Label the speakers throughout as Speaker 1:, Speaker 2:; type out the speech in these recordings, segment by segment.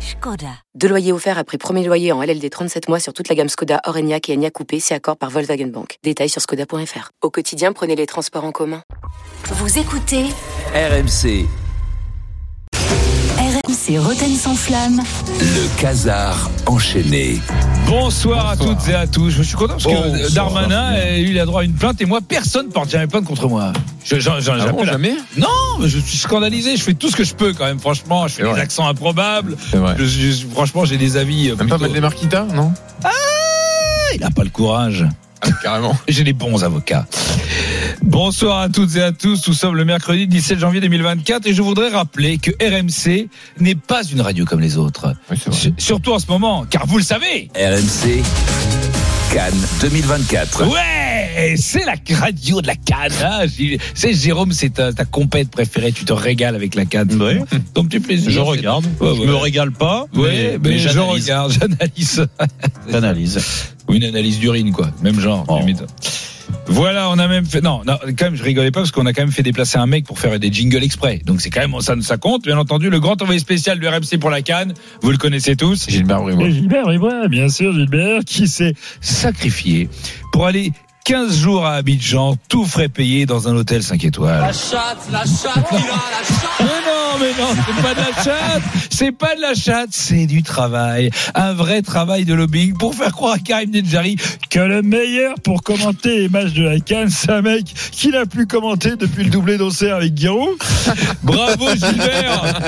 Speaker 1: Skoda. Deux loyers offerts après premier loyer en LLD 37 mois sur toute la gamme Skoda, Orenia et Enya Coupé, c'est accord par Volkswagen Bank. Détails sur skoda.fr. Au quotidien, prenez les transports en commun.
Speaker 2: Vous écoutez
Speaker 3: RMC,
Speaker 2: RMC Roten sans flamme.
Speaker 3: le casar enchaîné.
Speaker 4: Bonsoir, à toutes et à tous. Je suis content parce que
Speaker 5: Bonsoir.
Speaker 4: Darmanin, euh, lui, il a droit à une plainte et moi, personne porte jamais plainte contre moi. Je, j'en- j'en-
Speaker 5: Ah bon,
Speaker 4: j'appelle à-
Speaker 5: jamais
Speaker 4: Non, je suis scandalisé. Je fais tout ce que je peux quand même. Franchement, je fais
Speaker 5: C'est
Speaker 4: des
Speaker 5: vrai.
Speaker 4: accents improbables.
Speaker 5: C'est vrai.
Speaker 4: Je- je- franchement, j'ai des avis. euh,
Speaker 5: Même pas
Speaker 4: plutôt-
Speaker 5: Matt Marquita, non
Speaker 4: Il n'a pas le courage.
Speaker 5: Ah, Carrément.
Speaker 4: J'ai des bons avocats. Bonsoir à toutes et à tous. Nous sommes le mercredi 17 janvier 2024 et je voudrais rappeler que RMC n'est pas une radio comme les autres.
Speaker 5: Oui, c'est
Speaker 4: S- Surtout en ce moment, car vous le savez,
Speaker 3: RMC, Cannes 2024.
Speaker 4: Ouais, c'est la radio de la canne. hein. J'ai- c'est Jérôme, c'est ta, ta compète préférée. Tu te régales avec la canne.
Speaker 6: Ouais.
Speaker 4: Donc tu plaisir.
Speaker 6: Je regarde.
Speaker 4: Ouais,
Speaker 6: je
Speaker 4: ouais.
Speaker 6: me régale pas.
Speaker 4: Ouais, mais,
Speaker 6: mais, mais
Speaker 4: je
Speaker 6: j'analyse.
Speaker 4: regarde, j'analyse.
Speaker 6: J'analyse.
Speaker 4: Ou une analyse d'urine, quoi. Même genre.
Speaker 6: Oh.
Speaker 4: limite. Voilà, on a même fait. Non, non, quand même, je rigolais pas parce qu'on a quand même fait déplacer un mec pour faire des jingles exprès. Donc c'est quand même ça, ça compte. Bien entendu, le grand envoyé spécial du RMC pour la canne, vous le connaissez tous.
Speaker 5: Gilbert Bribois.
Speaker 4: Et Gilbert et moi, bien sûr, Gilbert, qui s'est sacrifié pour aller 15 jours à Abidjan, tout frais payé dans un hôtel 5 étoiles. La chatte, la chatte, Mais non, mais non, c'est pas de la chatte, c'est pas de la chatte, c'est du travail. Un vrai travail de lobbying pour faire croire à Karim Nedjari que le meilleur pour commenter les matchs de la Cannes, c'est un mec qui n'a plus commenté depuis le doublé d'Auxerre avec Giroud. Bravo Gilbert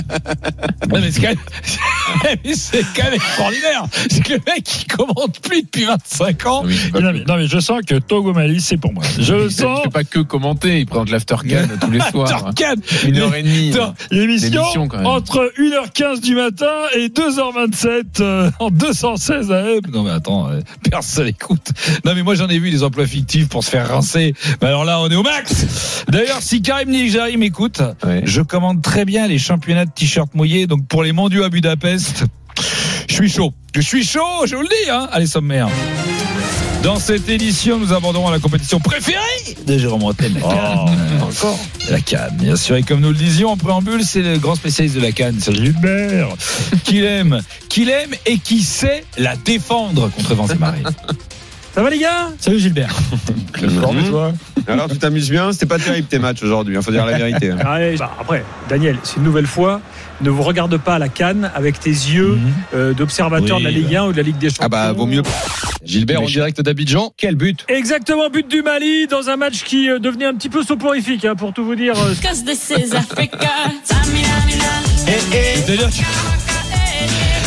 Speaker 4: non, mais c'est quand même, mais c'est quand même extraordinaire. C'est que le mec, il commente plus depuis 25 ans.
Speaker 5: Non, mais Ah il fait pas
Speaker 4: Il a-
Speaker 5: que-
Speaker 4: non, mais je sens que Togo Mali, c'est pour moi. Je
Speaker 5: il
Speaker 4: le
Speaker 5: fait- il
Speaker 4: sens.
Speaker 5: fait pas que commenter, il présente l'after Cannes tous les soirs. hein.
Speaker 4: Torcade.
Speaker 5: Une heure et demie.
Speaker 4: Putain, L'émission
Speaker 5: L'émission, quand même.
Speaker 4: entre 1h15 du matin et 2h27 euh, en 216 AM. Non mais attends, euh, personne écoute. Non mais moi j'en ai vu des emplois fictifs pour se faire rincer. Mais alors là on est au max. D'ailleurs si Karim Nijari m'écoute,
Speaker 5: Ouais.
Speaker 4: je commande très bien les championnats de t-shirts mouillés. Donc pour les mondiaux à Budapest, je suis chaud. Je suis chaud, je vous le dis. Hein. Allez sommaire. Dans cette édition, nous aborderons la compétition préférée de Jérôme Rotten. encore La Cannes, bien sûr. Et comme nous le disions en préambule, c'est le grand spécialiste de la Cannes, c'est Gilbert, qu'il aime, qu'il aime et qui sait la défendre contre vents et marées. Ça va les gars Salut Gilbert.
Speaker 5: Le fort de toi.
Speaker 7: Alors tu t'amuses bien, c'était pas terrible tes matchs aujourd'hui, il faut dire la vérité. hein.
Speaker 8: Ah ouais, bah, après, Daniel, c'est une nouvelle fois. Ne vous regarde pas à la canne avec tes yeux
Speaker 9: Mhm.
Speaker 8: euh, d'observateur
Speaker 4: Oui,
Speaker 8: de la Ligue 1 ou de la Ligue des Champions.
Speaker 7: Ah bah vaut mieux.
Speaker 5: Gilbert en direct d'Abidjan. Quel but
Speaker 8: Exactement, but du Mali dans un match qui euh, devenait un petit peu soporifique, hein, pour tout vous dire. Euh,
Speaker 4: C'est-à-dire que-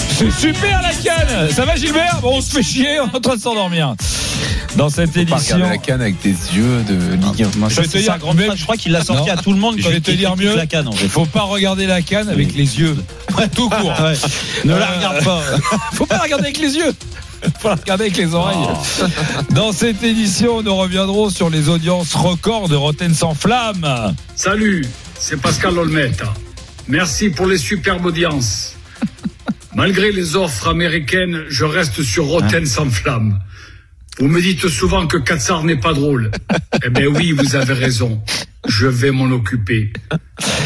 Speaker 4: C'est super la Cannes Ça va Gilbert Bon, on se fait chier, on est en train de s'endormir. Dans cette
Speaker 5: Pas
Speaker 4: édition.
Speaker 5: regarder la canne avec tes yeux de Ligue 1.
Speaker 6: Hein,
Speaker 4: Je vais te dire,
Speaker 6: grand
Speaker 4: même-
Speaker 6: phrase, je crois qu'il l'a sorti
Speaker 4: Non.
Speaker 6: à tout le monde
Speaker 4: Je
Speaker 6: quand
Speaker 4: vais
Speaker 6: il
Speaker 4: te dire
Speaker 6: critique
Speaker 4: mieux.
Speaker 6: la canne en
Speaker 4: Il
Speaker 6: fait.
Speaker 4: faut pas regarder la canne avec les yeux. Tout court.
Speaker 6: Ouais. Ne la
Speaker 4: Euh,
Speaker 6: regarde pas.
Speaker 4: Faut pas la regarder avec les yeux. Faut la regarder avec les oreilles.
Speaker 6: Oh.
Speaker 4: Dans cette édition, nous reviendrons sur les audiences records de Rotten sans flamme.
Speaker 10: Salut, c'est Pascal Olmeta. Merci pour les superbes audiences. Malgré les offres américaines, je reste sur
Speaker 8: Hein
Speaker 10: Rotten sans flamme. Vous me dites souvent que Katsar n'est pas drôle. Eh bien oui, vous avez raison. Je vais m'en occuper.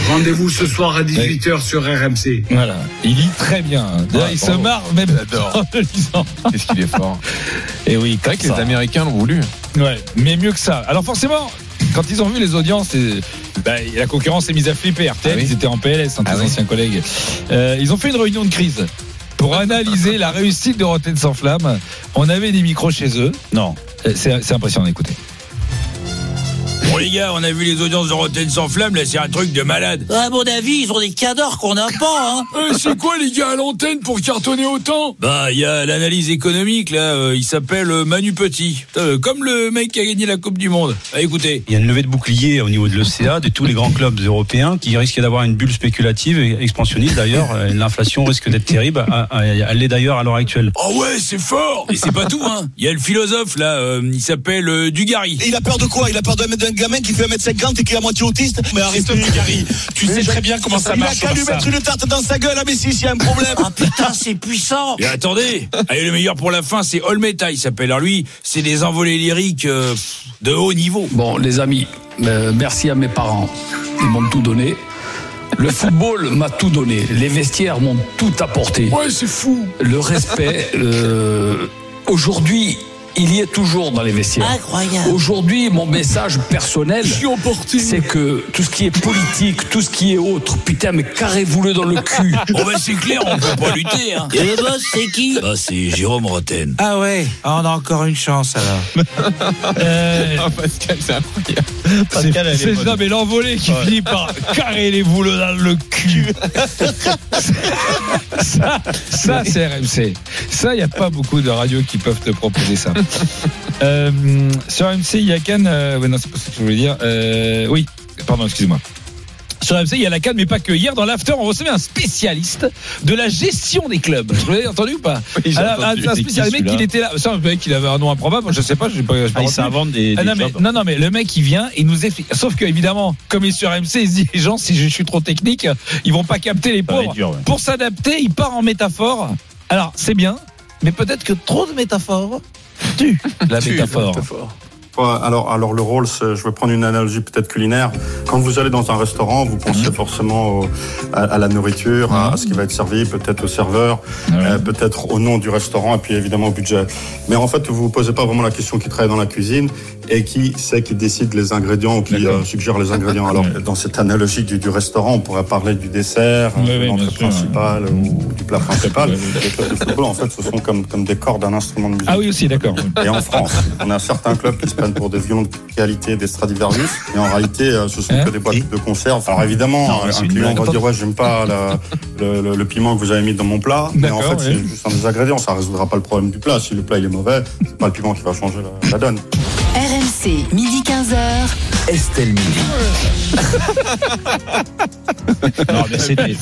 Speaker 10: Rendez-vous ce soir à 18h sur RMC.
Speaker 4: Voilà. Il lit très bien. D'ailleurs,
Speaker 5: Ouais,
Speaker 4: il se
Speaker 5: bravo.
Speaker 4: marre même
Speaker 5: J'adore.
Speaker 4: en le lisant.
Speaker 5: Qu'est-ce qu'il est fort.
Speaker 6: Eh
Speaker 4: Et oui,
Speaker 5: C'est vrai que les Américains l'ont voulu.
Speaker 4: Ouais, mais mieux que ça. Alors forcément, quand ils ont vu les audiences, euh, bah, la concurrence est mise à flipper. RTL,
Speaker 5: Ah oui.
Speaker 4: ils étaient en PLS, hein, tes
Speaker 5: Ah oui.
Speaker 4: anciens collègues. Euh, ils ont fait une réunion de crise pour analyser la réussite de Rotten sans flamme. On avait des micros chez eux.
Speaker 6: Non.
Speaker 4: Euh, C'est c'est impressionnant d'écouter. Bon les gars, on a vu les audiences de Rotten sans flamme, là c'est un truc de malade.
Speaker 6: À mon avis, ils ont des cadors qu'on n'a pas. Hein.
Speaker 4: Eh, c'est quoi les gars à l'antenne pour cartonner autant Bah il y a l'analyse économique là, euh, il s'appelle euh, Manu Petit. Putain, euh, comme le mec qui a gagné la Coupe du Monde. Ah, écoutez.
Speaker 6: Il y a une levée de bouclier au niveau de l'OCA, de tous les grands clubs européens, qui risque d'avoir une bulle spéculative et expansionniste d'ailleurs. Euh, L'inflation risque d'être terrible. Ah, ah, Elle l'est d'ailleurs à l'heure actuelle.
Speaker 4: Oh ouais, c'est fort Et c'est pas tout, hein Il y a le philosophe, là, euh, il s'appelle euh, Dugarry.
Speaker 11: Et il a peur de quoi Il a peur de mettre un gamin mec qui fait 1m50 et qui est à moitié autiste. Mais arrête Gary. Tu sais très bien comment ça marche. Il a qu'à lui mettre une tarte dans sa gueule, ah mais si, s'il y a un problème. Ah putain, c'est puissant.
Speaker 12: Et attendez, allez, le meilleur pour la fin, c'est Olmeta, il s'appelle. Alors lui, c'est des envolées lyriques euh, de haut niveau.
Speaker 13: Bon, les amis, euh, merci à mes parents. Ils m'ont tout donné. Le football m'a tout donné. Les vestiaires m'ont tout apporté. Ouais, c'est fou. Le respect. euh, Aujourd'hui, il y est toujours dans les vestiaires.
Speaker 14: Incroyable.
Speaker 13: Aujourd'hui, mon message personnel, c'est que tout ce qui est politique, tout ce qui est autre, putain, mais carrez-vous-le dans le cul.
Speaker 12: Oh ben c'est clair, on peut pas lutter. Hein.
Speaker 14: Et le boss, c'est qui
Speaker 12: Bah c'est Jérôme Roten.
Speaker 14: Ah ouais, ah, on a encore une chance alors.
Speaker 5: Euh,
Speaker 4: Ah,
Speaker 5: Pascal, c'est incroyable.
Speaker 4: C'est c'est ça, mais l'envolée qui
Speaker 5: Ouais.
Speaker 4: finit par carrer les boules dans le cul. ça, ça c'est RMC. Ça, il n'y a pas beaucoup de radios qui peuvent te proposer ça. Euh, sur RMC, il y a Cannes. euh, ouais, non, c'est pas ce que je voulais dire. Euh, oui, pardon, excuse-moi. Sur RMC, il y a la Cannes, mais pas que. Hier, dans l'after, on recevait un spécialiste de la gestion des clubs. Vous l'avez entendu ou pas
Speaker 5: Oui, j'ai
Speaker 9: Ah,
Speaker 4: Alors,
Speaker 5: entendu.
Speaker 4: Un, un
Speaker 5: C'est qui,
Speaker 4: spécialiste, le mec, il
Speaker 5: celui-là
Speaker 4: était là. C'est un mec, il avait un nom improbable. Je sais pas, je sais pas. j'ai pas
Speaker 5: Ah,
Speaker 4: retenu.
Speaker 5: il s'invente des-
Speaker 4: Ah,
Speaker 5: des
Speaker 4: non, mais-
Speaker 5: jobs.
Speaker 4: non, non, mais le mec, il vient, il nous explique. Sauf que, évidemment, comme il est sur MC, il se dit, les gens, si je suis trop technique, ils vont pas capter les
Speaker 5: Ça va
Speaker 4: pauvres.
Speaker 5: être dur, ouais.
Speaker 4: Pour s'adapter, il part en métaphore. Alors, c'est bien, mais peut-être que trop de métaphores tue la métaphore.
Speaker 15: Ouais, Alors, alors le Rolls, euh, je vais prendre une analogie peut-être culinaire. Quand vous allez dans un restaurant, vous pensez
Speaker 4: Mhm.
Speaker 15: forcément au- à, à la nourriture, à, à ce qui va être servi, peut-être au serveur,
Speaker 5: Ah
Speaker 4: Ah
Speaker 15: euh, peut-être au nom du restaurant, et puis évidemment au budget. Mais en fait, vous vous posez pas vraiment la question qui travaille dans la cuisine et qui c'est qui décide les ingrédients ou qui euh, suggère les ingrédients. Alors, dans cette analogie du, du restaurant, on pourrait parler du dessert,
Speaker 4: Ouais,
Speaker 15: euh, de
Speaker 4: ouais,
Speaker 15: l'entrée
Speaker 4: bien sûr,
Speaker 15: principale ou du plat principal. Le football, en fait, ce sont comme, comme des cordes d'un instrument de musique.
Speaker 4: Ah oui, aussi, d'accord.
Speaker 15: Et en France, on a certains clubs qui se prennent pour des violons de qualité, des Stradivarius, et en réalité, euh, ce sont que des boîtes de conserve. Alors évidemment,
Speaker 5: Hein Non, mais c'est
Speaker 15: un
Speaker 5: une
Speaker 15: client
Speaker 5: blague.
Speaker 15: va dire ouais, j'aime pas la- le, le- le piment que vous avez mis dans mon plat, mais en fait,
Speaker 5: D'accord, ouais.
Speaker 15: c'est juste un des ingrédients, ça résoudra pas le problème du plat. Si le plat il est mauvais, c'est pas le piment qui va changer la- la donne.
Speaker 2: RMC, midi 15h.
Speaker 3: Estelle Midi.
Speaker 9: Non, mais c'était,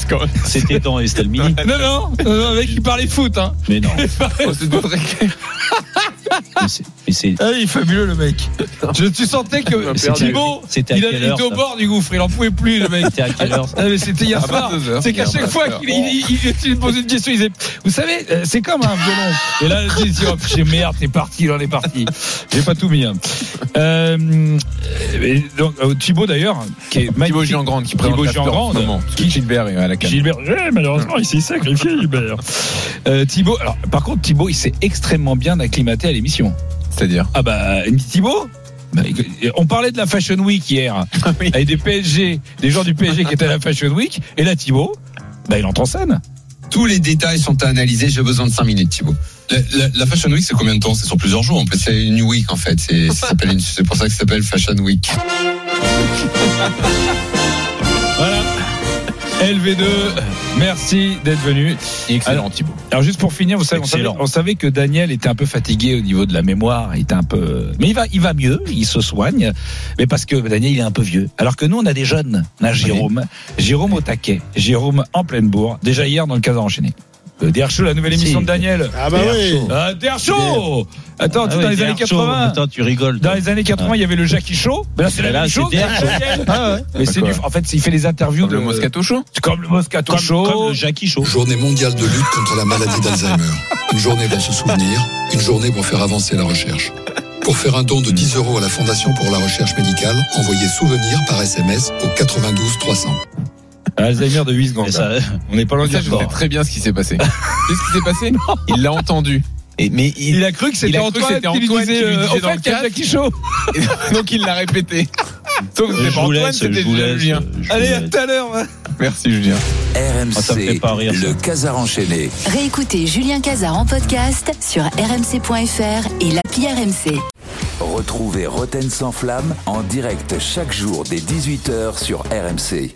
Speaker 9: c'était dans Estelle Mini.
Speaker 4: Non, non, non, non, le mec, il parlait foot, hein.
Speaker 9: Mais non.
Speaker 4: Il parlait foot.
Speaker 9: Mais c'est,
Speaker 4: Ah, il est fabuleux, le mec. Je, tu sentais que
Speaker 9: C'était-
Speaker 4: Thibaut,
Speaker 9: c'était à
Speaker 4: il, a-
Speaker 9: quelle
Speaker 4: il était
Speaker 9: heure,
Speaker 4: au
Speaker 9: ça
Speaker 4: bord du gouffre, il en pouvait plus, le mec.
Speaker 9: C'était à quelle heure, ça
Speaker 4: Ah, mais C'était hier
Speaker 9: À
Speaker 4: soir.
Speaker 9: 22 heures.
Speaker 4: C'est qu'à
Speaker 9: Hier,
Speaker 4: chaque fois qu'il
Speaker 9: 22 heures.
Speaker 4: il, il- il posait une question, il disait Vous savez, euh, c'est comme un violon. Et là, il dit Hop, j'ai merde, t'es parti, il en est parti. J'ai pas tout mis. hein. Euh, et donc, euh, Thibaut, d'ailleurs, qui est
Speaker 5: Thibaut Giangrande qui présente
Speaker 4: Thibaut
Speaker 5: l'after en ce
Speaker 4: Giangrande,
Speaker 5: moment, parce que
Speaker 4: qui-
Speaker 5: Gilbert est à la canne.
Speaker 4: Gilbert, ouais, malheureusement, il s'est sacrifié, Gilbert. Euh, Thibaut, alors, par contre, Thibaut, il s'est extrêmement bien acclimaté à l'émission.
Speaker 5: C'est-à-dire
Speaker 4: Ah bah, Thibaut bah, écoute, on parlait de la Fashion Week hier,
Speaker 16: Ah
Speaker 4: avec des PSG, des gens du PSG qui étaient à la Fashion Week, et là Thibaut, bah, il entre en scène.
Speaker 16: Tous les détails sont à analyser. J'ai besoin de 5 minutes, Thibaut. La, la- la Fashion Week, c'est combien de temps C'est sur plusieurs jours. En fait, c'est une week, en fait. C'est ça s'appelle une- c'est pour ça que ça s'appelle Fashion Week.
Speaker 4: Voilà. LV2, merci d'être venu.
Speaker 5: Excellent,
Speaker 4: alors,
Speaker 5: Thibaut.
Speaker 4: Alors juste pour finir, vous savez, on savait,
Speaker 5: Excellent.
Speaker 4: on savait que Daniel était un peu fatigué au niveau de la mémoire, il était un peu, mais il va, il va mieux, il se soigne, mais parce que Daniel il est un peu vieux. Alors que nous on a des jeunes, on a Jérôme, Jérôme au taquet, Jérôme en pleine bourre, déjà hier dans le cadre enchaîné. Le DRCHO, la nouvelle émission
Speaker 9: Si.
Speaker 4: de Daniel.
Speaker 9: Ah bah oui.
Speaker 4: Ah, DRCHO Attends,
Speaker 9: Ah
Speaker 4: tu-
Speaker 9: oui,
Speaker 4: dans les
Speaker 9: DR
Speaker 4: années
Speaker 9: Show.
Speaker 4: 80.
Speaker 9: Attends, tu rigoles.
Speaker 4: Dans les années 80, il y avait le Jackie Show. Mais là, c'est la
Speaker 9: Là,
Speaker 4: même
Speaker 9: c'est
Speaker 4: chose.
Speaker 9: DR Show.
Speaker 4: Daniel.
Speaker 9: Ah ouais.
Speaker 4: Mais c'est du- En fait, il fait les interviews
Speaker 5: Comme
Speaker 4: de.
Speaker 5: le Moscato Show
Speaker 4: Comme le Moscato
Speaker 9: Comme-
Speaker 4: Show.
Speaker 9: comme le Jackie Show.
Speaker 17: Journée mondiale de lutte contre la maladie d'Alzheimer. Une journée pour se souvenir, une journée pour faire avancer la recherche. Pour faire un don de 10 euros à la Fondation pour la recherche médicale, envoyez souvenir par SMS au 92 300.
Speaker 4: Alzheimer de 8 secondes. On n'est pas loin du
Speaker 5: Ça, je sais
Speaker 4: sport.
Speaker 5: très bien ce qui s'est passé. Tu sais ce qui s'est passé Il l'a entendu. Et, mais il,
Speaker 4: Il a cru que c'était
Speaker 5: il a cru que
Speaker 4: Antoine
Speaker 5: c'était
Speaker 4: qui lui
Speaker 5: Antoine
Speaker 4: disait,
Speaker 5: qui lui
Speaker 4: euh,
Speaker 5: disait
Speaker 4: au fait,
Speaker 5: dans le
Speaker 4: qu'il y a
Speaker 5: casque.
Speaker 4: Jackie Show.
Speaker 5: Et donc il l'a répété. Sauf que
Speaker 9: Je
Speaker 5: c'était pas
Speaker 9: vous
Speaker 5: Antoine,
Speaker 9: laisse,
Speaker 5: c'était
Speaker 9: je vous
Speaker 5: Julien.
Speaker 9: laisse,
Speaker 5: Julien.
Speaker 9: je vous
Speaker 5: Allez, à
Speaker 9: laisse.
Speaker 5: tout
Speaker 4: à l'heure.
Speaker 5: Merci Julien.
Speaker 3: RMC,
Speaker 9: Ah, ça me fait pas rire,
Speaker 3: le Casar enchaîné.
Speaker 2: Réécoutez Julien Cazard en podcast sur rmc.fr et l'appli RMC.
Speaker 3: Retrouvez Roten sans flamme en direct chaque jour dès 18h sur RMC.